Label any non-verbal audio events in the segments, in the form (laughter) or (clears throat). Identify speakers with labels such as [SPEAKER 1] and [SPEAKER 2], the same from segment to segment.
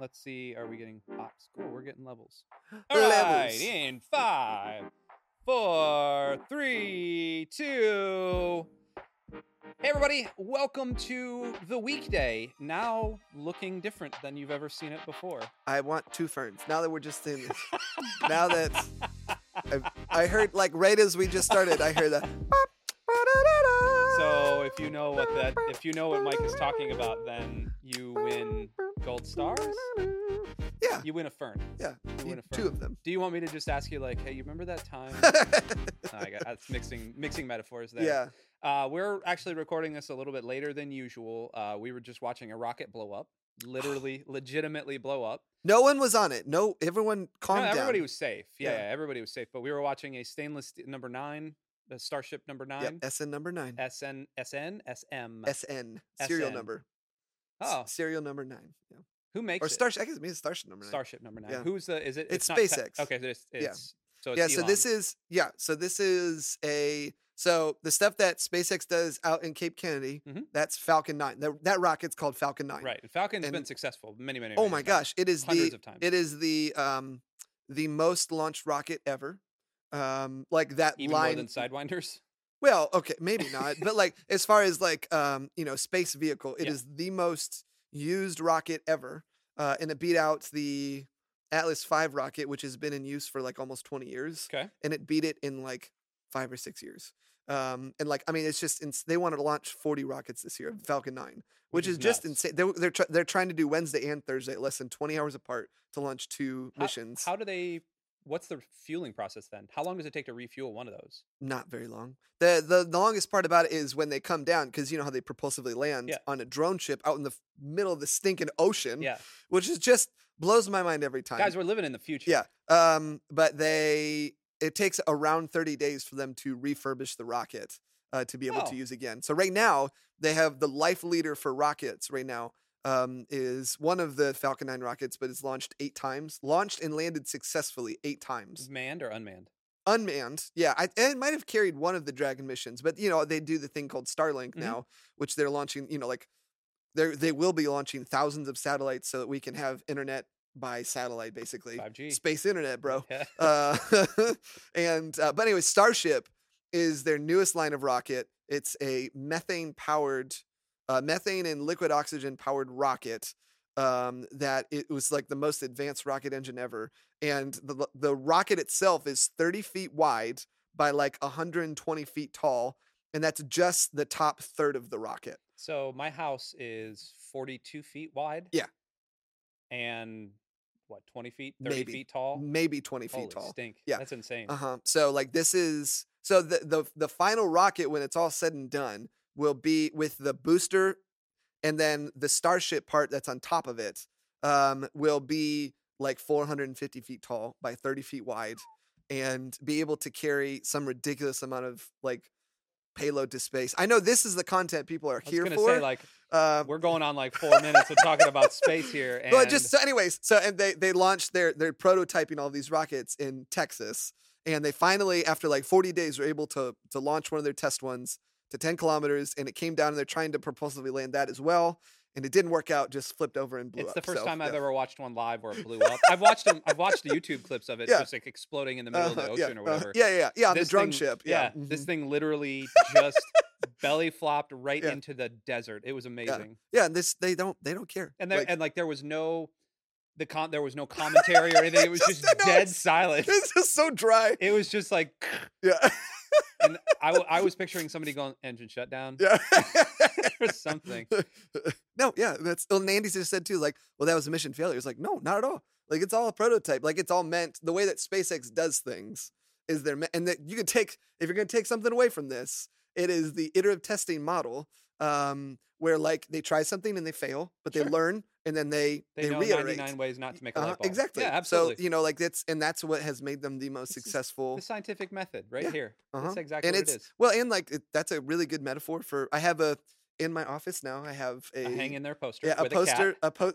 [SPEAKER 1] Let's see. Are we getting pops? Cool. We're getting
[SPEAKER 2] (gasps)
[SPEAKER 1] levels.
[SPEAKER 2] Levels.
[SPEAKER 1] Alright, in five, four, three, two. Hey, everybody. Welcome to the weekday. Now looking different than you've ever seen it before.
[SPEAKER 2] I want two ferns. Now that we're just in,
[SPEAKER 1] (laughs)
[SPEAKER 2] now that I, I heard like right as we just started, I heard that.
[SPEAKER 1] So if you know what that, if you know what Mike is talking about, then you win gold stars.
[SPEAKER 2] Yeah,
[SPEAKER 1] You win a fern.
[SPEAKER 2] yeah,
[SPEAKER 1] You win a
[SPEAKER 2] two
[SPEAKER 1] fern. (laughs)
[SPEAKER 2] of them.
[SPEAKER 1] Do you want me to just ask you, like, hey, you remember that
[SPEAKER 2] (laughs)
[SPEAKER 1] time? Oh, I got that's mixing mixing metaphors there.
[SPEAKER 2] yeah,
[SPEAKER 1] Uh, we're actually recording this a little bit later than usual. Uh, we were just watching a rocket blow
[SPEAKER 2] (sighs)
[SPEAKER 1] up, literally, legitimately blow up.
[SPEAKER 2] no one was on it. No, everyone
[SPEAKER 1] No,
[SPEAKER 2] calm down.
[SPEAKER 1] everybody was safe. Yeah,
[SPEAKER 2] Yeah.
[SPEAKER 1] yeah, everybody was safe. But we were watching a stainless st- number nine, the Starship number nine,
[SPEAKER 2] Yep, SN number nine.
[SPEAKER 1] SN, SN, SM.
[SPEAKER 2] SN serial
[SPEAKER 1] SN.
[SPEAKER 2] number. S-
[SPEAKER 1] oh,
[SPEAKER 2] serial number nine. Yeah.
[SPEAKER 1] who makes
[SPEAKER 2] Or
[SPEAKER 1] it?
[SPEAKER 2] starship. I guess it means starship number nine.
[SPEAKER 1] Starship number nine.
[SPEAKER 2] Yeah.
[SPEAKER 1] Who's the? Is it?
[SPEAKER 2] It's
[SPEAKER 1] not Te-
[SPEAKER 2] SpaceX.
[SPEAKER 1] okay, so it's, it's so it's
[SPEAKER 2] yeah so this
[SPEAKER 1] Elon.
[SPEAKER 2] is yeah so this is a so the stuff that spacex does out in cape kennedy
[SPEAKER 1] Mhm.
[SPEAKER 2] that's falcon 9 that, that rocket's called falcon 9
[SPEAKER 1] right. And Falcon's been
[SPEAKER 2] and-
[SPEAKER 1] successful many, many.
[SPEAKER 2] oh
[SPEAKER 1] many
[SPEAKER 2] my
[SPEAKER 1] times,
[SPEAKER 2] gosh it is
[SPEAKER 1] hundreds
[SPEAKER 2] the
[SPEAKER 1] of times.
[SPEAKER 2] it is the um the most launched rocket ever um like that
[SPEAKER 1] Even
[SPEAKER 2] line
[SPEAKER 1] more
[SPEAKER 2] (laughs)
[SPEAKER 1] than Sidewinders.
[SPEAKER 2] well okay maybe not but
[SPEAKER 1] (laughs)
[SPEAKER 2] like as far as like um you know space vehicle it
[SPEAKER 1] Yeah.
[SPEAKER 2] is the most used rocket ever uh and it beat out the atlas 5 rocket which has been in use for like almost 20 years
[SPEAKER 1] Okay.
[SPEAKER 2] and it beat it in like five or six years. Um, and like I mean, it's just ins- they wanted to launch forty rockets this year, Falcon Nine, which,
[SPEAKER 1] is
[SPEAKER 2] is, just
[SPEAKER 1] nuts.
[SPEAKER 2] insane. They're they're, try they're trying to do Wednesday and Thursday, less than twenty hours apart, to launch two
[SPEAKER 1] How-
[SPEAKER 2] missions.
[SPEAKER 1] How do they? What's the fueling process then? How long does it take to refuel one of those?
[SPEAKER 2] Not very long. The, the the longest part about it is when they come down, because you know how they propulsively land
[SPEAKER 1] Yeah.
[SPEAKER 2] on a drone ship out in the f- middle of the stinking ocean,
[SPEAKER 1] Yeah,
[SPEAKER 2] which is just blows my mind every time.
[SPEAKER 1] guys, we're living in the future.
[SPEAKER 2] Yeah. Um, but they it takes around 30 days for them to refurbish the rocket uh, to be able
[SPEAKER 1] Oh.
[SPEAKER 2] to use again. So right now they have the life leader for rockets right now um, is one of the Falcon 9 rockets, but it's launched eight times, launched and landed successfully eight times.
[SPEAKER 1] manned or unmanned?
[SPEAKER 2] Unmanned, yeah, I, and it might have carried one of the Dragon missions, but you know they do the thing called Starlink
[SPEAKER 1] Mhm.
[SPEAKER 2] now, which they're launching. You know, like they they will be launching thousands of satellites so that we can have internet by satellite, basically
[SPEAKER 1] Five G,
[SPEAKER 2] space internet, bro.
[SPEAKER 1] (laughs) Yeah.
[SPEAKER 2] Uh, (laughs) and uh, but anyway, Starship is their newest line of rocket. It's a methane powered, uh, methane and liquid oxygen powered rocket um, that it was like the most advanced rocket engine ever. And the lo- the rocket itself is 30 feet wide by like 120 feet tall, and that's just the top third of the rocket.
[SPEAKER 1] So my house is forty-two feet wide.
[SPEAKER 2] Yeah.
[SPEAKER 1] And what, twenty feet, thirty
[SPEAKER 2] Maybe.
[SPEAKER 1] feet tall?
[SPEAKER 2] Maybe 20 feet
[SPEAKER 1] Holy
[SPEAKER 2] tall.
[SPEAKER 1] stink!
[SPEAKER 2] Yeah.
[SPEAKER 1] that's insane.
[SPEAKER 2] Uh huh. So like this is so the the the final rocket when it's all said and done will be with the booster, and then the starship part that's on top of it um, will be like 450 feet tall by 30 feet wide, and be able to carry some ridiculous amount of like payload to space. I know this is the content people
[SPEAKER 1] I
[SPEAKER 2] are
[SPEAKER 1] was
[SPEAKER 2] here
[SPEAKER 1] gonna
[SPEAKER 2] for.
[SPEAKER 1] say like
[SPEAKER 2] um,
[SPEAKER 1] we're going on like four minutes of talking
[SPEAKER 2] (laughs)
[SPEAKER 1] about space here, and
[SPEAKER 2] well, just so anyways, so and they they launched their they're prototyping all these rockets in Texas, and they finally after like 40 days were able to to launch one of their test ones to 10 kilometers, and it came down and they're trying to propulsively land that as well, and it didn't work out, just flipped over and blew
[SPEAKER 1] it's
[SPEAKER 2] up.
[SPEAKER 1] the first
[SPEAKER 2] So,
[SPEAKER 1] time I've
[SPEAKER 2] yeah.
[SPEAKER 1] ever watched one live where it blew up.
[SPEAKER 2] (laughs)
[SPEAKER 1] I've watched them. I've watched the YouTube clips of it,
[SPEAKER 2] Yeah.
[SPEAKER 1] just like exploding in the middle
[SPEAKER 2] Uh-huh,
[SPEAKER 1] of the ocean
[SPEAKER 2] yeah,
[SPEAKER 1] or
[SPEAKER 2] uh-huh.
[SPEAKER 1] whatever.
[SPEAKER 2] yeah, yeah, yeah, yeah, on the
[SPEAKER 1] This
[SPEAKER 2] drone
[SPEAKER 1] thing-
[SPEAKER 2] ship. Yeah,
[SPEAKER 1] this
[SPEAKER 2] mhm.
[SPEAKER 1] thing
[SPEAKER 2] (laughs)
[SPEAKER 1] literally just belly flopped right
[SPEAKER 2] Yeah.
[SPEAKER 1] into the desert. It was amazing,
[SPEAKER 2] yeah, and this they don't they don't care.
[SPEAKER 1] and there (laughs)
[SPEAKER 2] Like, (laughs)
[SPEAKER 1] and like there was no the con there was no commentary or anything. It was
[SPEAKER 2] Just
[SPEAKER 1] just
[SPEAKER 2] the
[SPEAKER 1] dead
[SPEAKER 2] noise.
[SPEAKER 1] silence.
[SPEAKER 2] it's just so dry.
[SPEAKER 1] It was just
[SPEAKER 2] (laughs)
[SPEAKER 1] like,
[SPEAKER 2] Yeah,
[SPEAKER 1] and I, w- I was picturing somebody going engine shutdown
[SPEAKER 2] yeah. (laughs)
[SPEAKER 1] or something.
[SPEAKER 2] no, yeah, that's and Andy just said too, like, well, that was a mission failure. It's like, no, not at all. Like it's all a prototype. Like it's all meant the way that SpaceX does things is they're meant and that you could take if you're gonna take something away from this, it is the iterative testing model. Um, where like they try something and they fail, but they
[SPEAKER 1] Sure.
[SPEAKER 2] learn and then they
[SPEAKER 1] They,
[SPEAKER 2] they,
[SPEAKER 1] know
[SPEAKER 2] reiterate.
[SPEAKER 1] 99 ways not to make a
[SPEAKER 2] Uh-huh,
[SPEAKER 1] light bulb.
[SPEAKER 2] exactly.
[SPEAKER 1] Yeah, absolutely.
[SPEAKER 2] So you know, like that's and that's what has made them the most
[SPEAKER 1] This is-
[SPEAKER 2] successful.
[SPEAKER 1] the scientific method, right
[SPEAKER 2] Yeah,
[SPEAKER 1] here.
[SPEAKER 2] uh-huh.
[SPEAKER 1] That's exactly
[SPEAKER 2] and
[SPEAKER 1] what
[SPEAKER 2] it's
[SPEAKER 1] it is.
[SPEAKER 2] well, and like it, that's a really good metaphor for. I have a in my office now. I have a,
[SPEAKER 1] A hang in there poster.
[SPEAKER 2] yeah, a
[SPEAKER 1] with
[SPEAKER 2] poster,
[SPEAKER 1] cat.
[SPEAKER 2] a, po-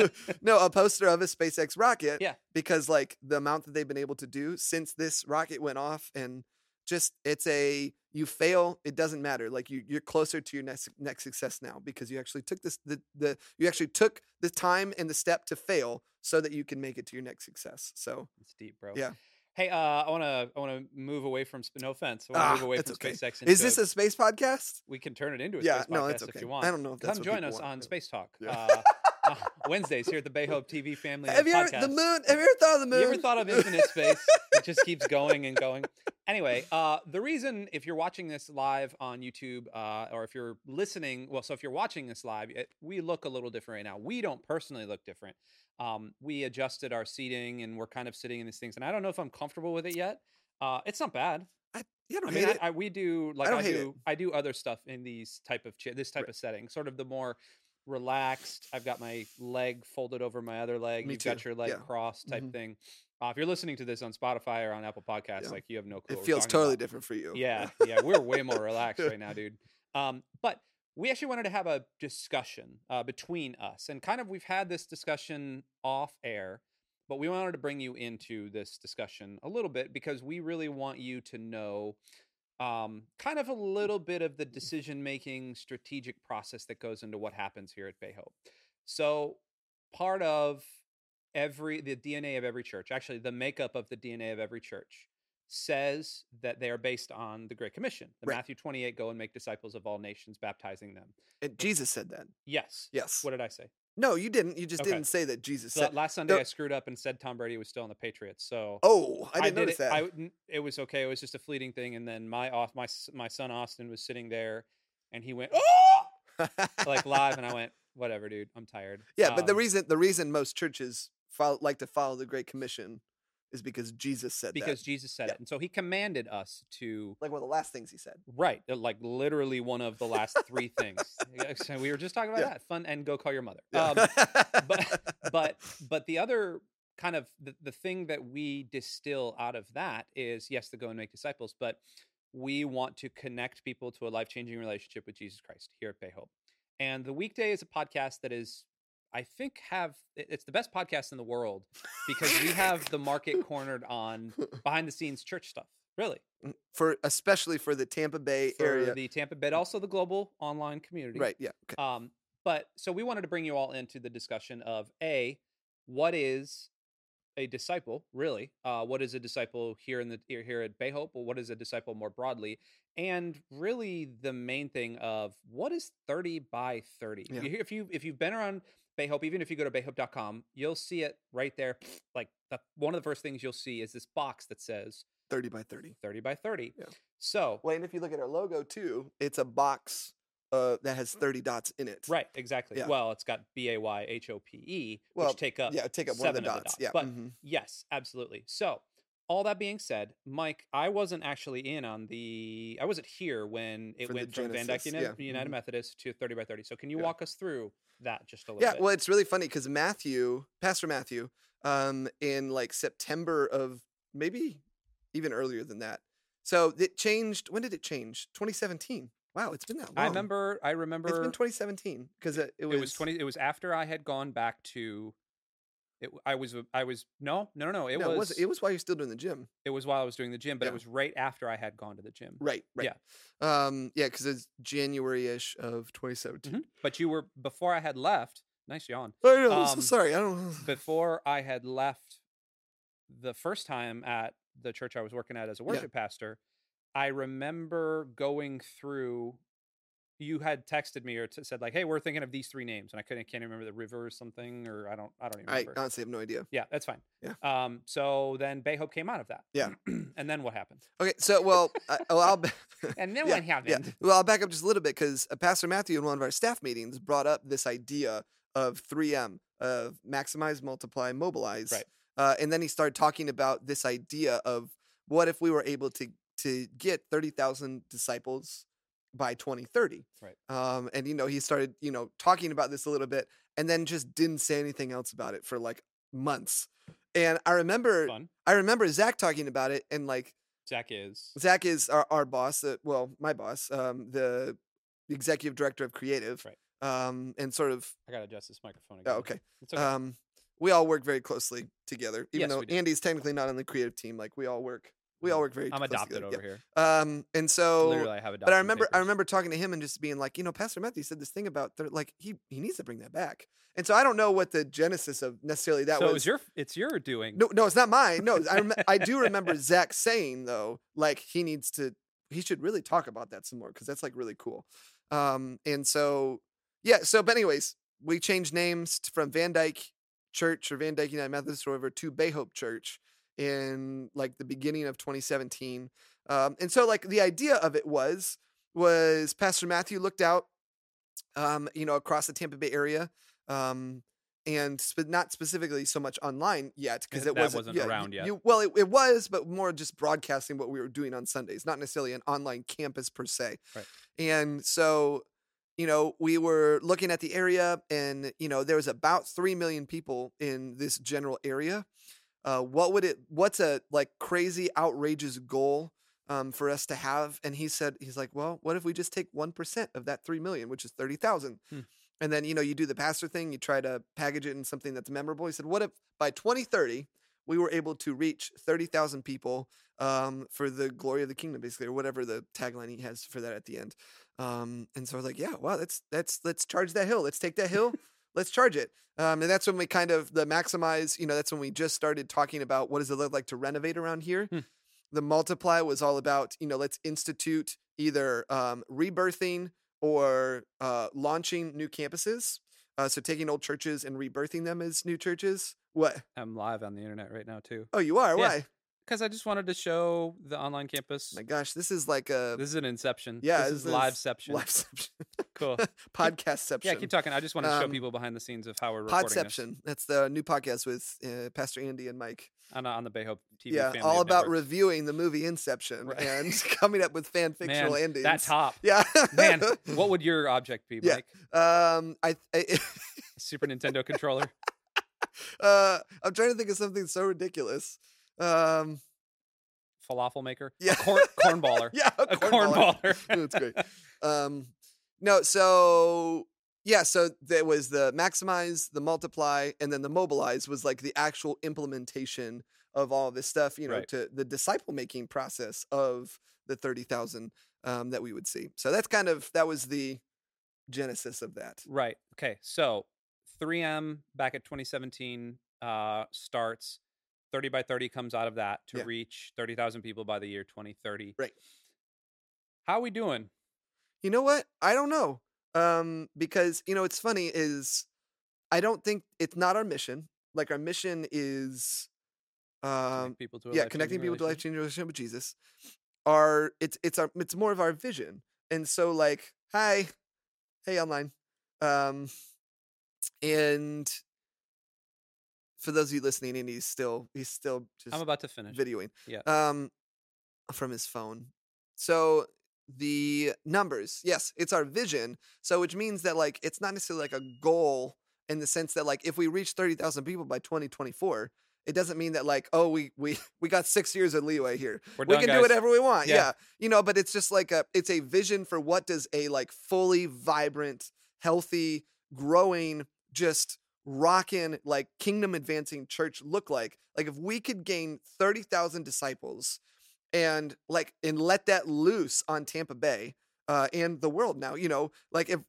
[SPEAKER 2] no, (laughs) no, a poster of a SpaceX rocket.
[SPEAKER 1] Yeah.
[SPEAKER 2] because like the amount that they've been able to do since this rocket went off, and just it's a you fail it doesn't matter like you you're closer to your next next success now because you actually took this the, the you actually took the time and the step to fail so that you can make it to your next success so
[SPEAKER 1] It's deep, bro.
[SPEAKER 2] Yeah.
[SPEAKER 1] Hey, uh, I wanna I wanna move away from sp- no offense. I wanna
[SPEAKER 2] Ah,
[SPEAKER 1] move away
[SPEAKER 2] that's
[SPEAKER 1] from
[SPEAKER 2] okay.
[SPEAKER 1] SpaceX.
[SPEAKER 2] is
[SPEAKER 1] into-
[SPEAKER 2] this a space podcast
[SPEAKER 1] we can turn it into a
[SPEAKER 2] yeah
[SPEAKER 1] space
[SPEAKER 2] no
[SPEAKER 1] podcast
[SPEAKER 2] that's okay
[SPEAKER 1] if you want.
[SPEAKER 2] i don't know if that's
[SPEAKER 1] Come
[SPEAKER 2] what
[SPEAKER 1] join
[SPEAKER 2] people
[SPEAKER 1] us
[SPEAKER 2] want,
[SPEAKER 1] on
[SPEAKER 2] but-
[SPEAKER 1] Space Talk
[SPEAKER 2] Yeah.
[SPEAKER 1] uh, uh, Wednesdays here at the Bay Hope TV family.
[SPEAKER 2] have you ever
[SPEAKER 1] podcast.
[SPEAKER 2] the moon have you ever thought of the moon
[SPEAKER 1] You ever thought of infinite space? It just keeps going and going. Anyway, uh, the reason if you're watching this live on YouTube uh, or if you're listening, well, so if you're watching this live, it, we look a little different right now. We don't personally look different. Um, we adjusted our seating and we're kind of sitting in these things. And I don't know if I'm comfortable with it yet. Uh, it's not bad.
[SPEAKER 2] I, yeah, I
[SPEAKER 1] I
[SPEAKER 2] don't
[SPEAKER 1] mean,
[SPEAKER 2] hate
[SPEAKER 1] I,
[SPEAKER 2] it.
[SPEAKER 1] I, we do like I,
[SPEAKER 2] don't hate it.
[SPEAKER 1] do I do other stuff in these type of cha- this type of setting, sort of the more relaxed. I've got my leg folded over my other leg.
[SPEAKER 2] Me
[SPEAKER 1] You've got
[SPEAKER 2] too,
[SPEAKER 1] your leg
[SPEAKER 2] yeah.
[SPEAKER 1] crossed type
[SPEAKER 2] Mhm.
[SPEAKER 1] thing. Uh, if you're listening to this on Spotify or on Apple Podcasts,
[SPEAKER 2] Yeah.
[SPEAKER 1] like you have no clue.
[SPEAKER 2] it
[SPEAKER 1] what we're
[SPEAKER 2] feels
[SPEAKER 1] talking
[SPEAKER 2] totally
[SPEAKER 1] about.
[SPEAKER 2] different for you
[SPEAKER 1] Yeah, yeah, we're way more relaxed right now, dude. Um, but we actually wanted to have a discussion uh, between us, and kind of we've had this discussion off air, but we wanted to bring you into this discussion a little bit because we really want you to know um, kind of a little bit of the decision making strategic process that goes into what happens here at Bay Hope. So, part of every the DNA of every church, actually the makeup of the DNA of every church, says that they are based on the Great Commission, the
[SPEAKER 2] Right.
[SPEAKER 1] Matthew twenty eight, go and make disciples of all nations, baptizing them.
[SPEAKER 2] and jesus said that
[SPEAKER 1] Yes.
[SPEAKER 2] yes
[SPEAKER 1] What did I say?
[SPEAKER 2] no you didn't you just
[SPEAKER 1] Okay.
[SPEAKER 2] didn't say that jesus
[SPEAKER 1] So
[SPEAKER 2] said
[SPEAKER 1] last Sunday
[SPEAKER 2] the-
[SPEAKER 1] I screwed up and said Tom Brady was still on the Patriots. So
[SPEAKER 2] oh i didn't
[SPEAKER 1] did
[SPEAKER 2] notice
[SPEAKER 1] it,
[SPEAKER 2] that
[SPEAKER 1] I w- n- it was okay. It was just a fleeting thing. And then my off my s- my son Austin was sitting there, and he went oh like
[SPEAKER 2] (laughs)
[SPEAKER 1] live, and I went whatever, dude. I'm tired.
[SPEAKER 2] Yeah, but the
[SPEAKER 1] Um,
[SPEAKER 2] reason the reason most churches follow, like to follow the Great Commission is because Jesus said
[SPEAKER 1] because
[SPEAKER 2] that.
[SPEAKER 1] Jesus said
[SPEAKER 2] Yeah.
[SPEAKER 1] it, and so he commanded us to
[SPEAKER 2] like one of the last things he said.
[SPEAKER 1] right, uh, like literally one of the last three
[SPEAKER 2] (laughs)
[SPEAKER 1] things. Yeah, so we were just talking about
[SPEAKER 2] Yeah.
[SPEAKER 1] that fun and go call your mother.
[SPEAKER 2] Yeah.
[SPEAKER 1] Um,
[SPEAKER 2] (laughs)
[SPEAKER 1] but- but but the other kind of the, the thing that we distill out of that is yes the go and make disciples but we want to connect people to a life-changing relationship with jesus christ here at bay hope and the weekday is a podcast that is i think have it- it's the best podcast in the world because we have the market cornered on behind the scenes church stuff really
[SPEAKER 2] for especially for the Tampa Bay
[SPEAKER 1] for
[SPEAKER 2] area,
[SPEAKER 1] the tampa but also the global online community
[SPEAKER 2] right? Yeah, okay.
[SPEAKER 1] um, but so we wanted to bring you all into the discussion of a what is a disciple really? Uh, what is a disciple here in the here here at Bay Hope? Well, what is a disciple more broadly? And really, the main thing of what is thirty by thirty?
[SPEAKER 2] Yeah.
[SPEAKER 1] You hear- If you if you've been around Bay Hope, even if you go to BayHope.com, you'll see it right there. Like the, one of the first things you'll see is this box that says
[SPEAKER 2] thirty by thirty.
[SPEAKER 1] thirty by thirty.
[SPEAKER 2] Yeah.
[SPEAKER 1] So
[SPEAKER 2] Well, and if you look at our logo too, it's a box uh, that has thirty dots in it.
[SPEAKER 1] Right, exactly.
[SPEAKER 2] Yeah.
[SPEAKER 1] Well, it's got B A Y H O P E,
[SPEAKER 2] Well,
[SPEAKER 1] which take up
[SPEAKER 2] Yeah, take up one of the
[SPEAKER 1] seven
[SPEAKER 2] dots. Yeah.
[SPEAKER 1] But
[SPEAKER 2] mhm.
[SPEAKER 1] yes, absolutely. So, all that being said, Mike, I wasn't actually in on the. I wasn't here when it
[SPEAKER 2] For the
[SPEAKER 1] went from Van Dyke
[SPEAKER 2] Genesis,
[SPEAKER 1] United,
[SPEAKER 2] yeah,
[SPEAKER 1] United
[SPEAKER 2] mhm.
[SPEAKER 1] Methodist to thirty by thirty. So, can you
[SPEAKER 2] Yeah.
[SPEAKER 1] walk us through that just a little
[SPEAKER 2] Yeah,
[SPEAKER 1] bit?
[SPEAKER 2] well, it's really funny because Matthew, Pastor Matthew, um, in like September of maybe even earlier than that. So it changed. When did it change? 2017. Wow, it's been that long.
[SPEAKER 1] I remember. I remember.
[SPEAKER 2] It's been 2017 because it, it
[SPEAKER 1] it
[SPEAKER 2] was,
[SPEAKER 1] was, twenty. It was after I had gone back to. It, I was. I was. No, no, no, no. It
[SPEAKER 2] no,
[SPEAKER 1] was.
[SPEAKER 2] it was. It was while you're still doing the gym.
[SPEAKER 1] it was while I was doing the gym, but
[SPEAKER 2] Yeah.
[SPEAKER 1] it was right after I had gone to the gym.
[SPEAKER 2] Right. Right. Yeah. Um. Yeah, because it's January ish of 2017.
[SPEAKER 1] Mhm. But you were before I had left. Nice yawn.
[SPEAKER 2] I know. I'm so
[SPEAKER 1] Um,
[SPEAKER 2] sorry. I don't.
[SPEAKER 1] before I had left the first time at the church I was working at as a
[SPEAKER 2] Yeah.
[SPEAKER 1] worship pastor, I remember going through. You had texted me or t- said like, "Hey, we're thinking of these three names," and I couldn't can't remember the river or something, or I don't I don't even
[SPEAKER 2] (laughs) I
[SPEAKER 1] remember.
[SPEAKER 2] honestly have no idea.
[SPEAKER 1] yeah, that's fine.
[SPEAKER 2] Yeah.
[SPEAKER 1] Um. So then Bay Hope came out of that.
[SPEAKER 2] Yeah.
[SPEAKER 1] (clears throat) and then what happened?
[SPEAKER 2] Okay. So well, I, oh, I'll. be-
[SPEAKER 1] And then
[SPEAKER 2] Yeah,
[SPEAKER 1] what happened?
[SPEAKER 2] (laughs) Yeah. Well, I'll back up just a little bit because uh, Pastor Matthew in one of our staff meetings brought up this idea of 3M, of maximize, multiply, mobilize.
[SPEAKER 1] Right.
[SPEAKER 2] Uh, and then he started talking about this idea of what if we were able to to get 30,000 disciples by 2030.
[SPEAKER 1] Right.
[SPEAKER 2] Um, and you know he started you know talking about this a little bit and then just didn't say anything else about it for like months. And I remember
[SPEAKER 1] Fun.
[SPEAKER 2] I remember Zach talking about it and like
[SPEAKER 1] Zach is
[SPEAKER 2] Zach is our, our boss, uh, well, my boss, um, the executive director of creative.
[SPEAKER 1] Right.
[SPEAKER 2] Um, and sort of,
[SPEAKER 1] I gotta adjust this microphone again.
[SPEAKER 2] oh, okay.
[SPEAKER 1] It's okay.
[SPEAKER 2] Um, we all work very closely together, even
[SPEAKER 1] Yes,
[SPEAKER 2] though
[SPEAKER 1] we do. Mm-hmm.
[SPEAKER 2] Andy's technically not on the creative team. Like, we all work We all work very.
[SPEAKER 1] I'm
[SPEAKER 2] close
[SPEAKER 1] adopted
[SPEAKER 2] together.
[SPEAKER 1] over
[SPEAKER 2] Yeah.
[SPEAKER 1] here.
[SPEAKER 2] Um, and so
[SPEAKER 1] Literally, I have adopted.
[SPEAKER 2] but I remember I
[SPEAKER 1] papers.
[SPEAKER 2] remember talking to him and just being like, you know, Pastor Matthew said this thing about thir- like he he needs to bring that back. And so I don't know what the genesis of necessarily that
[SPEAKER 1] so
[SPEAKER 2] was.
[SPEAKER 1] it was your it's your doing.
[SPEAKER 2] no, no, it's not mine. No, I rem- I do remember Zach saying though, like he needs to he should really talk about that some more because that's like really cool. Um, and so yeah, so but anyways, we changed names t- from Van Dyke Church or Van Dyke United Methodist or whatever to Bayhope Church in like the beginning of 2017. Um, and so like the idea of it was was Pastor Matthew looked out, um, you know, across the Tampa Bay area, um, and sp- not specifically so much online yet because
[SPEAKER 1] Yeah,
[SPEAKER 2] it
[SPEAKER 1] that
[SPEAKER 2] wasn't,
[SPEAKER 1] wasn't
[SPEAKER 2] yeah,
[SPEAKER 1] around
[SPEAKER 2] you-
[SPEAKER 1] yet.
[SPEAKER 2] you- well, it, it was, but more just broadcasting what we were doing on Sundays, not necessarily an online campus per se.
[SPEAKER 1] Right.
[SPEAKER 2] And so, you know, we were looking at the area, and you know, there was about three million people in this general area. Uh, what would it? What's a like crazy, outrageous goal um, for us to have. And he said, he's like, well, what if we just take 1% of that 3 million, which is 30,000?
[SPEAKER 1] Hmm.
[SPEAKER 2] And then, you know, you do the pastor thing, you try to package it in something that's memorable. He said, what if by 2030, we were able to reach 30,000 people um, for the glory of the kingdom, basically, or whatever the tagline he has for that at the end. Um, and so I was like, yeah, wow, that's, that's, let's charge that hill. Let's take that hill. Let's charge it. Um, and that's when we kind of the maximize, you know, that's when we just started talking about what does it look like to renovate around here the multiply was all about you know let's institute either um, rebirthing or uh, launching new campuses uh, so taking old churches and rebirthing them as new churches what
[SPEAKER 1] I'm live on the internet right now too
[SPEAKER 2] oh you are
[SPEAKER 1] Yeah.
[SPEAKER 2] why
[SPEAKER 1] because I just wanted to show the online campus.
[SPEAKER 2] my gosh this is like a
[SPEAKER 1] This is an inception.
[SPEAKER 2] yeah,
[SPEAKER 1] this is
[SPEAKER 2] this is
[SPEAKER 1] liveception.
[SPEAKER 2] (laughs) liveception
[SPEAKER 1] cool.
[SPEAKER 2] podcastception
[SPEAKER 1] Yeah, keep talking. I just want to show
[SPEAKER 2] Um,
[SPEAKER 1] people behind the scenes of how we're recording this
[SPEAKER 2] podception that's the new podcast with uh, pastor andy and mike
[SPEAKER 1] on, on the Bay Hope TV.
[SPEAKER 2] yeah
[SPEAKER 1] family
[SPEAKER 2] all
[SPEAKER 1] of
[SPEAKER 2] about
[SPEAKER 1] networks.
[SPEAKER 2] reviewing the movie inception
[SPEAKER 1] Right.
[SPEAKER 2] and (laughs) coming up with fan fictional
[SPEAKER 1] Man,
[SPEAKER 2] endings
[SPEAKER 1] That
[SPEAKER 2] (laughs)
[SPEAKER 1] top.
[SPEAKER 2] yeah
[SPEAKER 1] Man, what would your object be,
[SPEAKER 2] Yeah.
[SPEAKER 1] Mike?
[SPEAKER 2] (laughs) um i, I
[SPEAKER 1] Super Nintendo controller.
[SPEAKER 2] (laughs) Uh, I'm trying to think of something so ridiculous. Um, (laughs)
[SPEAKER 1] falafel maker,
[SPEAKER 2] Yeah.
[SPEAKER 1] a corn cornballer,
[SPEAKER 2] (laughs) yeah,
[SPEAKER 1] a
[SPEAKER 2] cornballer.
[SPEAKER 1] cornballer.
[SPEAKER 2] That's great. Um, no, so yeah, so there was the maximize, the multiply, and then the mobilize was like the actual implementation of all this stuff. You know,
[SPEAKER 1] Right.
[SPEAKER 2] to the disciple making process of the thirty thousand um, that we would see. So that's kind of that was the genesis of that.
[SPEAKER 1] right. Okay. So 3M back at 2017 uh, starts. 30 by 30 comes out of that to
[SPEAKER 2] Yeah.
[SPEAKER 1] reach 30,000 people by the year 2030.
[SPEAKER 2] Right.
[SPEAKER 1] How we doing?
[SPEAKER 2] You know what? I don't know. Um, because you know, it's funny is I don't think it's not our mission. Like our mission is, um,
[SPEAKER 1] Connect people to a
[SPEAKER 2] yeah,
[SPEAKER 1] life-changing
[SPEAKER 2] connecting people to
[SPEAKER 1] relationship?
[SPEAKER 2] life changing relationship with Jesus. Our it's it's our it's more of our vision. And so like, hi, hey online, um, and for those of you listening, and he's still he's still just
[SPEAKER 1] I'm about to finish.
[SPEAKER 2] videoing.
[SPEAKER 1] Yeah.
[SPEAKER 2] Um, from his phone. So the numbers, yes, it's our vision. So which means that like it's not necessarily like a goal in the sense that like if we reach thirty thousand people by twenty twenty four, it doesn't mean that like oh we we (laughs) we got six years of leeway here.
[SPEAKER 1] We're
[SPEAKER 2] We
[SPEAKER 1] done,
[SPEAKER 2] can
[SPEAKER 1] guys.
[SPEAKER 2] do whatever we want.
[SPEAKER 1] Yeah.
[SPEAKER 2] Yeah. You know, but it's just like a it's a vision for what does a like fully vibrant, healthy, growing, just rockin' like kingdom advancing church look like? Like if we could gain 30,000 disciples and like and let that loose on Tampa Bay uh and the world now, you know, like if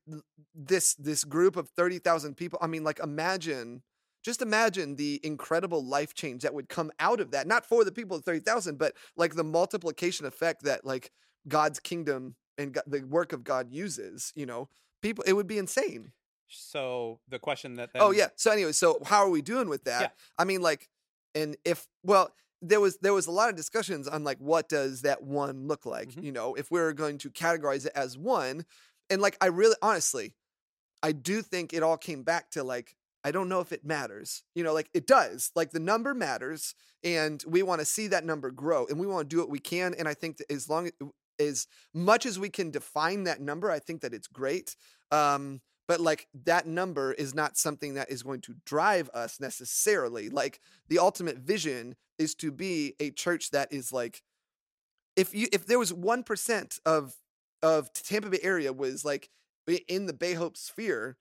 [SPEAKER 2] this this group of 30,000 people, I mean like imagine just imagine the incredible life change that would come out of that not for the people of 30,000 but like the multiplication effect that like God's kingdom and go- the work of God uses you know people it would be insane
[SPEAKER 1] So the question that
[SPEAKER 2] oh
[SPEAKER 1] then-
[SPEAKER 2] yeah so anyway so how are we doing with that
[SPEAKER 1] Yeah.
[SPEAKER 2] i mean like and if well there was there was a lot of discussions on like what does that one look like
[SPEAKER 1] Mhm.
[SPEAKER 2] you know if we're going to categorize it as one and like i really honestly i do think it all came back to like i don't know if it matters you know like it does like the number matters and we want to see that number grow and we want to do what we can and i think that as long as much as we can define that number i think that it's great um but like that number is not something that is going to drive us necessarily like the ultimate vision is to be a church that is like if you if there was 1% of of Tampa Bay area was like i- in the Bay Hope sphere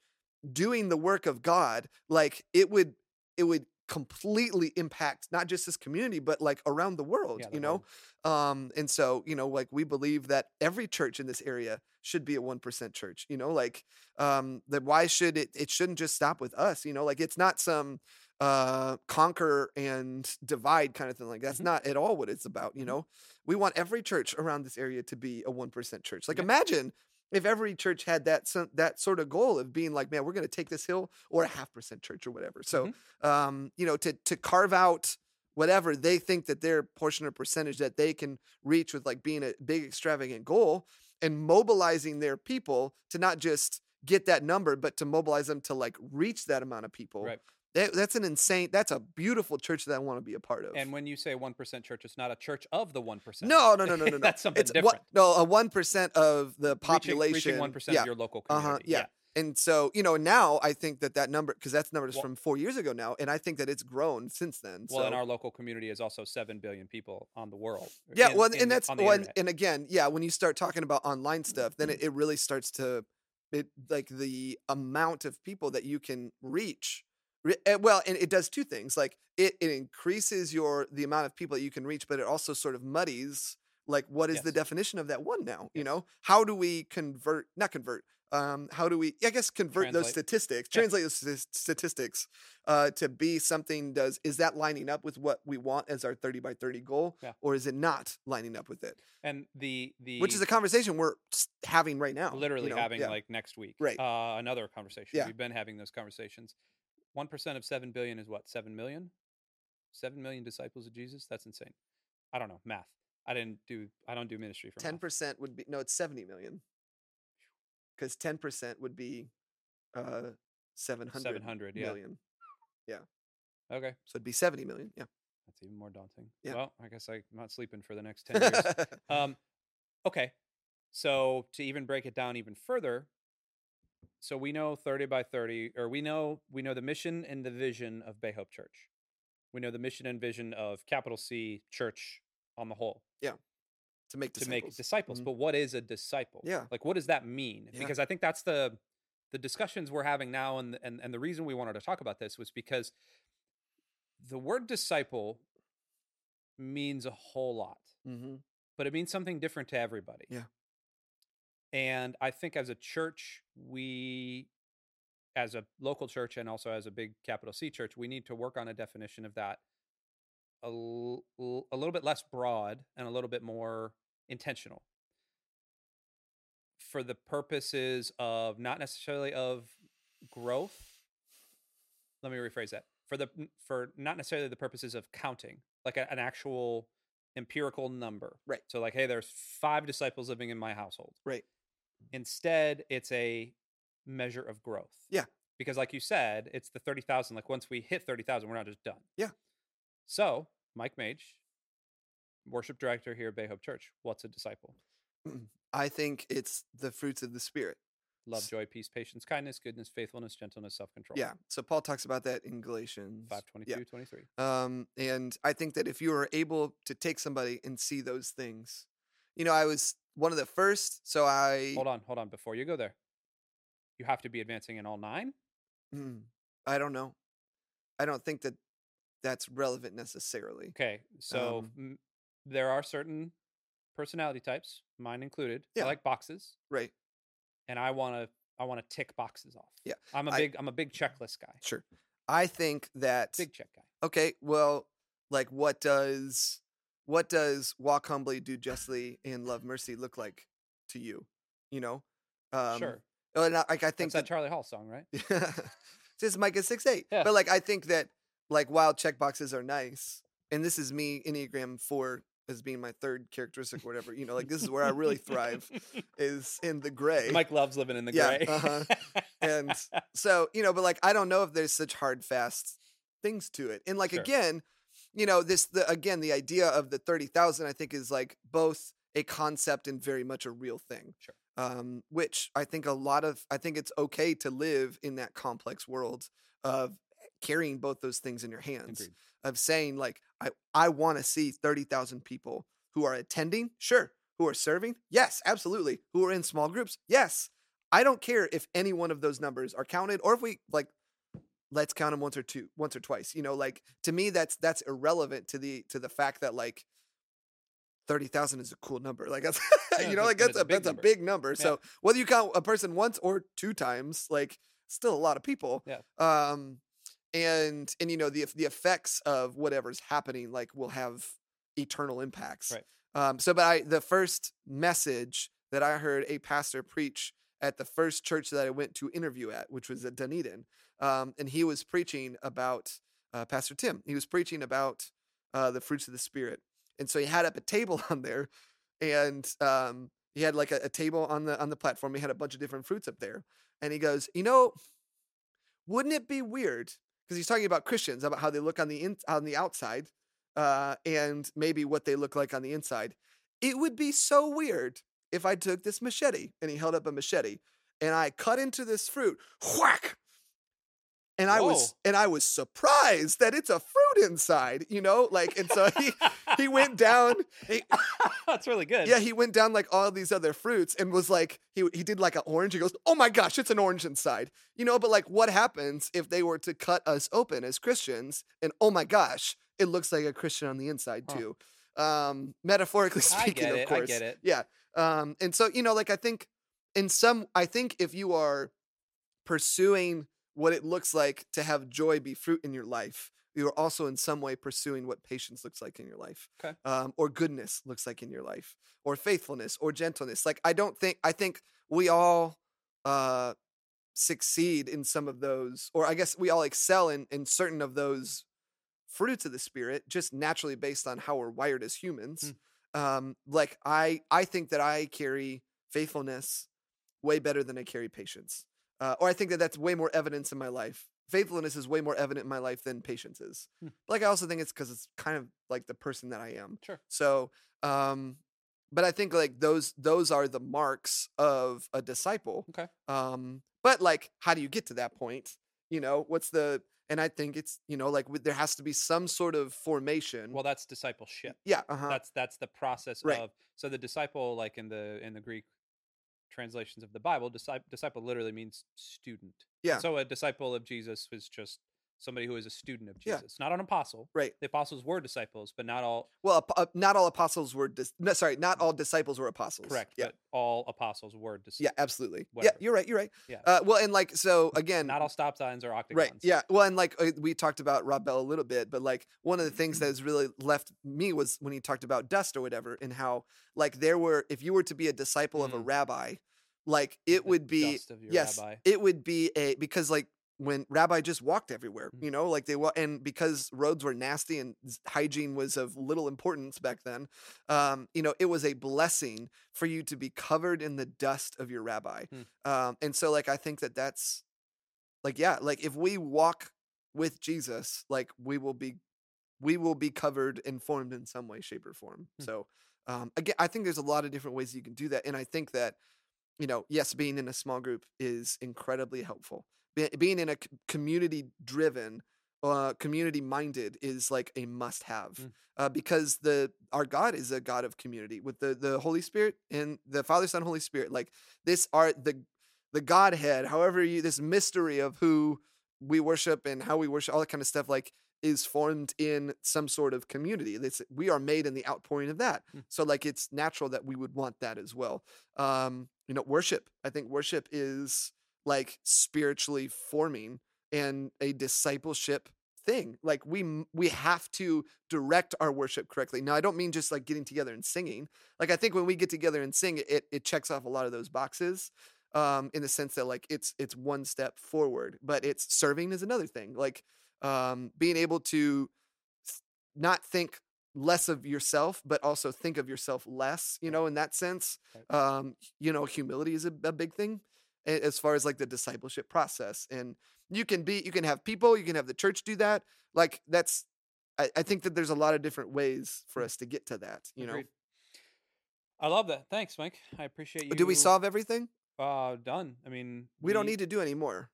[SPEAKER 2] doing the work of God like it would it would completely impact not just this community but like around the world
[SPEAKER 1] Yeah, the
[SPEAKER 2] you know um and so you know like we believe that every church in this area should be a 1% church you know like um that why should it it shouldn't just stop with us you know like it's not some uh conquer and divide kind of thing like that's
[SPEAKER 1] Mhm.
[SPEAKER 2] not at all what it's about you
[SPEAKER 1] Mhm.
[SPEAKER 2] know we want every church around this area to be a 1% church like
[SPEAKER 1] Yeah.
[SPEAKER 2] imagine if every church had that so- that sort of goal of being like, man, we're going to take this hill or a half percent church or whatever. So,
[SPEAKER 1] Mm-hmm.
[SPEAKER 2] um, you know, to to carve out whatever they think that their portion or percentage that they can reach with like being a big extravagant goal and mobilizing their people to not just get that number, but to mobilize them to like reach that amount of people.
[SPEAKER 1] Right.
[SPEAKER 2] That, that's an insane. That's a beautiful church that I want to be a part of.
[SPEAKER 1] And when you say 1% church, it's not a church of the 1%. (laughs)
[SPEAKER 2] no, no, no, no, no, no.
[SPEAKER 1] That's something
[SPEAKER 2] it's
[SPEAKER 1] different.
[SPEAKER 2] What, no, a one percent of the
[SPEAKER 1] Reaching-
[SPEAKER 2] population.
[SPEAKER 1] Reaching, 1%
[SPEAKER 2] yeah,
[SPEAKER 1] of your local community.
[SPEAKER 2] Uh-huh, yeah. And so, you know, now I think that that number, because that's number is
[SPEAKER 1] Well-
[SPEAKER 2] from four years ago now, and I think that it's grown since then.
[SPEAKER 1] Well,
[SPEAKER 2] so.
[SPEAKER 1] and our local community is also 7 billion people on the world.
[SPEAKER 2] yeah,
[SPEAKER 1] in-
[SPEAKER 2] well, and
[SPEAKER 1] in-
[SPEAKER 2] that's
[SPEAKER 1] on the
[SPEAKER 2] well, and,
[SPEAKER 1] internet. Mm-hmm.
[SPEAKER 2] and again, yeah, when you start talking about online stuff, then it, it really starts to, it like the amount of people that you can reach. re- eh, Well, and it does two things. Like it, it increases your the amount of people that you can reach, but it also sort of muddies like what is the
[SPEAKER 1] Yes.
[SPEAKER 2] definition of that one now? You
[SPEAKER 1] Yes.
[SPEAKER 2] know, how do we convert? Not convert. Um, how do we? I guess convert those
[SPEAKER 1] Translate.
[SPEAKER 2] statistics,
[SPEAKER 1] Yeah.
[SPEAKER 2] translate those sti- statistics uh, to be something. Does is that lining up with what we want as our thirty by thirty goal? or is it not lining up with it?
[SPEAKER 1] And the, the
[SPEAKER 2] Which is a conversation we're s- having right now. you
[SPEAKER 1] literally
[SPEAKER 2] know?
[SPEAKER 1] having
[SPEAKER 2] Yeah.
[SPEAKER 1] like next week.
[SPEAKER 2] Right.
[SPEAKER 1] Uh, another conversation.
[SPEAKER 2] Yeah.
[SPEAKER 1] We've been having those conversations. 1% of 7 billion is what? 7 million? 7 million disciples of Jesus? That's insane. I don't know. Math. I didn't do, I don't do ministry for
[SPEAKER 2] ten percent would be no, it's seventy million, because ten percent would be uh, seven hundred
[SPEAKER 1] 700, yeah.
[SPEAKER 2] million.
[SPEAKER 1] math. Okay.
[SPEAKER 2] So it'd be seventy million. Yeah.
[SPEAKER 1] That's even more daunting.
[SPEAKER 2] Yeah.
[SPEAKER 1] Well, I guess I'm not sleeping for the next
[SPEAKER 2] (laughs)
[SPEAKER 1] 10 years. Um, okay. So to even break it down even further, so we know 30 by 30, or we know we know the mission and the vision of Bay Hope Church. We know the mission and vision of capital C Church on the whole
[SPEAKER 2] to make
[SPEAKER 1] to make
[SPEAKER 2] disciples.
[SPEAKER 1] disciples.
[SPEAKER 2] Mhm.
[SPEAKER 1] But what is a disciple?
[SPEAKER 2] Yeah.
[SPEAKER 1] Like what does that mean?
[SPEAKER 2] Yeah.
[SPEAKER 1] Because I think that's the the discussions we're having now and, and and the reason we wanted to talk about this was because the word disciple means a whole lot,
[SPEAKER 2] Mhm.
[SPEAKER 1] but it means something different to everybody.
[SPEAKER 2] Yeah.
[SPEAKER 1] And I think as a church, we as a local church and also as a big capital C church, we need to work on a definition of that a, l- l- a little bit less broad and a little bit more intentional for the purposes of not necessarily of growth let me rephrase that for the for not necessarily the purposes of counting like a, an actual empirical number
[SPEAKER 2] Right.
[SPEAKER 1] so like hey there's five disciples living in my household
[SPEAKER 2] Right.
[SPEAKER 1] instead it's a measure of growth
[SPEAKER 2] Yeah.
[SPEAKER 1] because like you said it's the 30000 like once we hit 30000 we're not just done
[SPEAKER 2] Yeah.
[SPEAKER 1] so mike mage worship director here at bay hope church what's a disciple
[SPEAKER 2] I think it's the fruits of the spirit.
[SPEAKER 1] love
[SPEAKER 2] S-
[SPEAKER 1] joy peace patience kindness goodness faithfulness gentleness self-control
[SPEAKER 2] Yeah. So Paul talks about that in Galatians.
[SPEAKER 1] Five
[SPEAKER 2] Yeah.
[SPEAKER 1] twenty-two, twenty-three.
[SPEAKER 2] Um, and I think that if you are able to take somebody and see those things, you know, I was one of the first. So I
[SPEAKER 1] Hold on, hold on. Before you go there, you have to be advancing in all nine.
[SPEAKER 2] Mm, I don't know. I don't think that that's relevant necessarily.
[SPEAKER 1] Okay, so
[SPEAKER 2] Um,
[SPEAKER 1] m- there are certain personality types, mine included.
[SPEAKER 2] Yeah.
[SPEAKER 1] I like boxes,
[SPEAKER 2] Right.
[SPEAKER 1] and I want to. I want to tick boxes off.
[SPEAKER 2] Yeah,
[SPEAKER 1] I'm a
[SPEAKER 2] I-
[SPEAKER 1] big. I, am a big checklist guy.
[SPEAKER 2] Sure. I think that
[SPEAKER 1] Big check guy.
[SPEAKER 2] okay, well, like what does what does walk humbly, do justly, and love mercy look like to you? You know? Um
[SPEAKER 1] sure.
[SPEAKER 2] oh, and I, like I
[SPEAKER 1] That's
[SPEAKER 2] think
[SPEAKER 1] that
[SPEAKER 2] that
[SPEAKER 1] Charlie Hall song, right?
[SPEAKER 2] (laughs) this mic is six eight.
[SPEAKER 1] Yeah.
[SPEAKER 2] But like I think that like while checkboxes are nice, and this is me Enneagram four as being my third characteristic or whatever, you know, like this is where I
[SPEAKER 1] (laughs)
[SPEAKER 2] really thrive is in the gray.
[SPEAKER 1] Mike loves living in the
[SPEAKER 2] Yeah,
[SPEAKER 1] gray. (laughs)
[SPEAKER 2] uh-huh. And so you know but like i don't know if there's such hard fast things to it and like
[SPEAKER 1] Sure.
[SPEAKER 2] again you know this the again the idea of the 30000 i think is like both a concept and very much a real thing
[SPEAKER 1] Sure.
[SPEAKER 2] um which i think a lot of i think it's okay to live in that complex world of carrying both those things in your hands
[SPEAKER 1] Agreed.
[SPEAKER 2] of saying like I I want to see 30,000 people who are attending, sure, who are serving? Yes, absolutely. Who are in small groups? Yes. I don't care if any one of those numbers are counted or if we like let's count them once or two once or twice you know like to me that's that's irrelevant to the to the fact that like 30,000 is a cool number like that's, (laughs)
[SPEAKER 1] Yeah,
[SPEAKER 2] you know
[SPEAKER 1] that-
[SPEAKER 2] like
[SPEAKER 1] that
[SPEAKER 2] that's
[SPEAKER 1] is
[SPEAKER 2] a,
[SPEAKER 1] a big
[SPEAKER 2] that's
[SPEAKER 1] number.
[SPEAKER 2] a big number so whether you count a person once or two times like still a lot of people
[SPEAKER 1] Yeah.
[SPEAKER 2] um and and you know the the effects of whatever's happening like will have eternal impacts
[SPEAKER 1] Right.
[SPEAKER 2] um so but i the first message that i heard a pastor preach at the first church that i went to interview at which was at dunedin um and he was preaching about uh, pastor tim he was preaching about uh the fruits of the spirit and so he had up a table (laughs) on there and um he had like a, a table on the on the platform he had a bunch of different fruits up there and he goes you know wouldn't it be weird because he's talking about christians about how they look on the in, on the outside uh, and maybe what they look like on the inside it would be so weird if i took this machete and he held up a machete and i cut into this fruit whack and i was
[SPEAKER 1] Whoa.
[SPEAKER 2] and i was surprised that it's a fruit inside you know like and so (laughs) he he went down
[SPEAKER 1] (laughs) That's really good.
[SPEAKER 2] yeah, he went down like all these other fruits and was like, he he did like an orange. He goes, "Oh my gosh, it's an orange inside." You know, but like, what happens if they were to cut us open as Christians? And oh my gosh, it looks like a Christian on the inside
[SPEAKER 1] Huh.
[SPEAKER 2] too. Um, metaphorically
[SPEAKER 1] I
[SPEAKER 2] speaking,
[SPEAKER 1] get
[SPEAKER 2] of
[SPEAKER 1] it. I
[SPEAKER 2] course.
[SPEAKER 1] get it.
[SPEAKER 2] Yeah. Um, and so you know, like I think in some, I think if you are pursuing what it looks like to have joy be fruit in your life, you are also in some way pursuing what patience looks like in your life,
[SPEAKER 1] Okay.
[SPEAKER 2] um, or goodness looks like in your life, or faithfulness, or gentleness. Like I don't think I think we all uh, succeed in some of those, or I guess we all excel in in certain of those fruits of the spirit, just naturally based on how we're wired as humans. Um, like I I think that I carry faithfulness way better than I carry patience uh, or I think that that's way more evidence in my life. Faithfulness is way more evident in my life than patience is.
[SPEAKER 1] Hmm.
[SPEAKER 2] But like I also think it's because it's kind of like the person that I am.
[SPEAKER 1] Sure.
[SPEAKER 2] So, um, but I think like those those are the marks of a disciple.
[SPEAKER 1] Okay.
[SPEAKER 2] Um, but like, how do you get to that point? You know, what's the and I think it's you know like with, there has to be some sort of formation.
[SPEAKER 1] Well, that's discipleship.
[SPEAKER 2] yeah. Uh huh.
[SPEAKER 1] That's that's the process
[SPEAKER 2] Right.
[SPEAKER 1] of so the disciple, like in the in the Greek translations of the Bible, disciple, disciple literally means student. And
[SPEAKER 2] Yeah.
[SPEAKER 1] So a disciple of Jesus is just somebody who is a student of
[SPEAKER 2] Yeah.
[SPEAKER 1] Jesus, not an apostle.
[SPEAKER 2] Right.
[SPEAKER 1] The apostles were disciples, but not all
[SPEAKER 2] Well, ap- uh, not all apostles were. Dis- no, sorry, not all disciples were apostles.
[SPEAKER 1] correct.
[SPEAKER 2] Yeah.
[SPEAKER 1] But all apostles were disciples.
[SPEAKER 2] Yeah, absolutely.
[SPEAKER 1] Whatever.
[SPEAKER 2] Yeah, you're right. You're right.
[SPEAKER 1] Yeah.
[SPEAKER 2] Uh, well, and like so again,
[SPEAKER 1] Not all stop signs are octagons.
[SPEAKER 2] right. Yeah. Well, and like uh, we talked about Rob Bell a little bit, but like one of the things
[SPEAKER 1] Mm-hmm.
[SPEAKER 2] that has really left me was when he talked about dust or whatever, and how like there were if you were to be a disciple of a
[SPEAKER 1] Mm.
[SPEAKER 2] rabbi, like it
[SPEAKER 1] The
[SPEAKER 2] would be
[SPEAKER 1] dust of your
[SPEAKER 2] yes,
[SPEAKER 1] rabbi.
[SPEAKER 2] it would be a because like when rabbi just walked everywhere,
[SPEAKER 1] Mm.
[SPEAKER 2] you know, like they wa- and because roads were nasty and s- hygiene was of little importance back then, um, you know, it was a blessing for you to be covered in the dust of your rabbi.
[SPEAKER 1] Hmm.
[SPEAKER 2] Um, and so like I think that that's like yeah, like if we walk with Jesus, like we will be we will be covered and formed in some way, shape, or form.
[SPEAKER 1] Hmm.
[SPEAKER 2] So um, again, I think there's a lot of different ways you can do that, and I think that you know, yes, being in a small group is incredibly helpful. Be- being in a community driven, uh, community minded is like a must have
[SPEAKER 1] Mm.
[SPEAKER 2] uh, because the our God is a God of community with the the Holy Spirit and the Father, Son, Holy Spirit. Like this are the the Godhead, however you this mystery of who we worship and how we worship, all that kind of stuff. Like is formed in some sort of community. This we are made in the outpouring of that.
[SPEAKER 1] Mm.
[SPEAKER 2] So like it's natural that we would want that as well. Um, you know, worship. I think worship is like spiritually forming and a discipleship thing. Like we m- we have to direct our worship correctly. Now I don't mean just like getting together and singing. Like I think when we get together and sing, it it checks off a lot of those boxes um in the sense that like it's it's one step forward but it's serving is another thing like um being able to s- not think less of yourself but also think of yourself less you know in that sense
[SPEAKER 1] Right.
[SPEAKER 2] um you know humility is a, a big thing a- as far as like the discipleship process and you can be you can have people you can have the church do that like that's i, I think that there's a lot of different ways for us to get to that you know
[SPEAKER 1] Mm. Agreed. I love that. Thanks, Mike. I appreciate you.
[SPEAKER 2] do we solve everything
[SPEAKER 1] Uh, done. I mean,
[SPEAKER 2] we don't need to do any more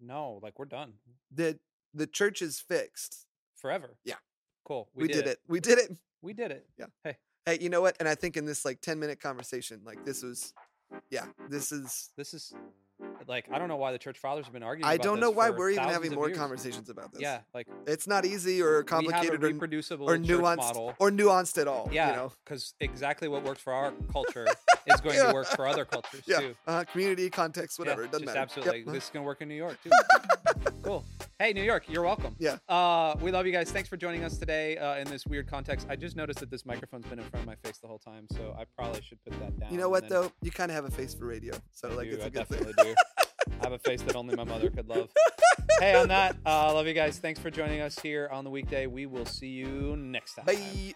[SPEAKER 1] No, like we're done
[SPEAKER 2] the the church is fixed.
[SPEAKER 1] forever.
[SPEAKER 2] Yeah.
[SPEAKER 1] Cool.
[SPEAKER 2] We, did, it. We did it.
[SPEAKER 1] We did it.
[SPEAKER 2] Hey, you know what? And I think in this like 10 minute conversation, like this was yeah, this is
[SPEAKER 1] This is like I don't know why the church fathers have been arguing.
[SPEAKER 2] I
[SPEAKER 1] about
[SPEAKER 2] don't
[SPEAKER 1] this
[SPEAKER 2] know why
[SPEAKER 1] for
[SPEAKER 2] we're even
[SPEAKER 1] thousands
[SPEAKER 2] having
[SPEAKER 1] of
[SPEAKER 2] more
[SPEAKER 1] years.
[SPEAKER 2] conversations about this.
[SPEAKER 1] Yeah, like
[SPEAKER 2] It's not easy or
[SPEAKER 1] we
[SPEAKER 2] complicated
[SPEAKER 1] have a
[SPEAKER 2] or,
[SPEAKER 1] reproducible
[SPEAKER 2] or
[SPEAKER 1] church
[SPEAKER 2] nuanced
[SPEAKER 1] model.
[SPEAKER 2] or nuanced at all.
[SPEAKER 1] yeah,
[SPEAKER 2] You know?
[SPEAKER 1] because exactly what worked for
[SPEAKER 2] (laughs)
[SPEAKER 1] our culture is going
[SPEAKER 2] Yeah.
[SPEAKER 1] to work for other cultures
[SPEAKER 2] Yeah.
[SPEAKER 1] too.
[SPEAKER 2] Uh, community, context,
[SPEAKER 1] Yeah,
[SPEAKER 2] whatever. it
[SPEAKER 1] just
[SPEAKER 2] doesn't matter.
[SPEAKER 1] Absolutely,
[SPEAKER 2] Yep.
[SPEAKER 1] this is gonna work in New York
[SPEAKER 2] (laughs)
[SPEAKER 1] too. cool. Hey, New York, you're welcome.
[SPEAKER 2] Yeah.
[SPEAKER 1] Uh, we love you guys. Thanks for joining us today uh, in this weird context. I just noticed that this microphone's been in front of my face the whole time, so I probably should put that down.
[SPEAKER 2] You know
[SPEAKER 1] and
[SPEAKER 2] what
[SPEAKER 1] then-
[SPEAKER 2] though? You kind of have a face for radio, so
[SPEAKER 1] I
[SPEAKER 2] like
[SPEAKER 1] do.
[SPEAKER 2] it's
[SPEAKER 1] I
[SPEAKER 2] a good thing.
[SPEAKER 1] definitely (laughs) do. I have a face that only my mother could (laughs) love. Hey, on that, uh, love you guys. Thanks for joining us here on the weekday. We will see you next time.
[SPEAKER 2] Bye.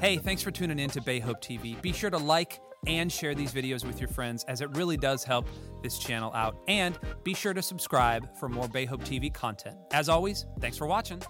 [SPEAKER 3] Hey, thanks for tuning in to Bay Hope TV. Be sure to like and share these videos with your friends as it really does help this channel out. And be sure to subscribe for more Bay Hope TV content. As always, thanks for watching.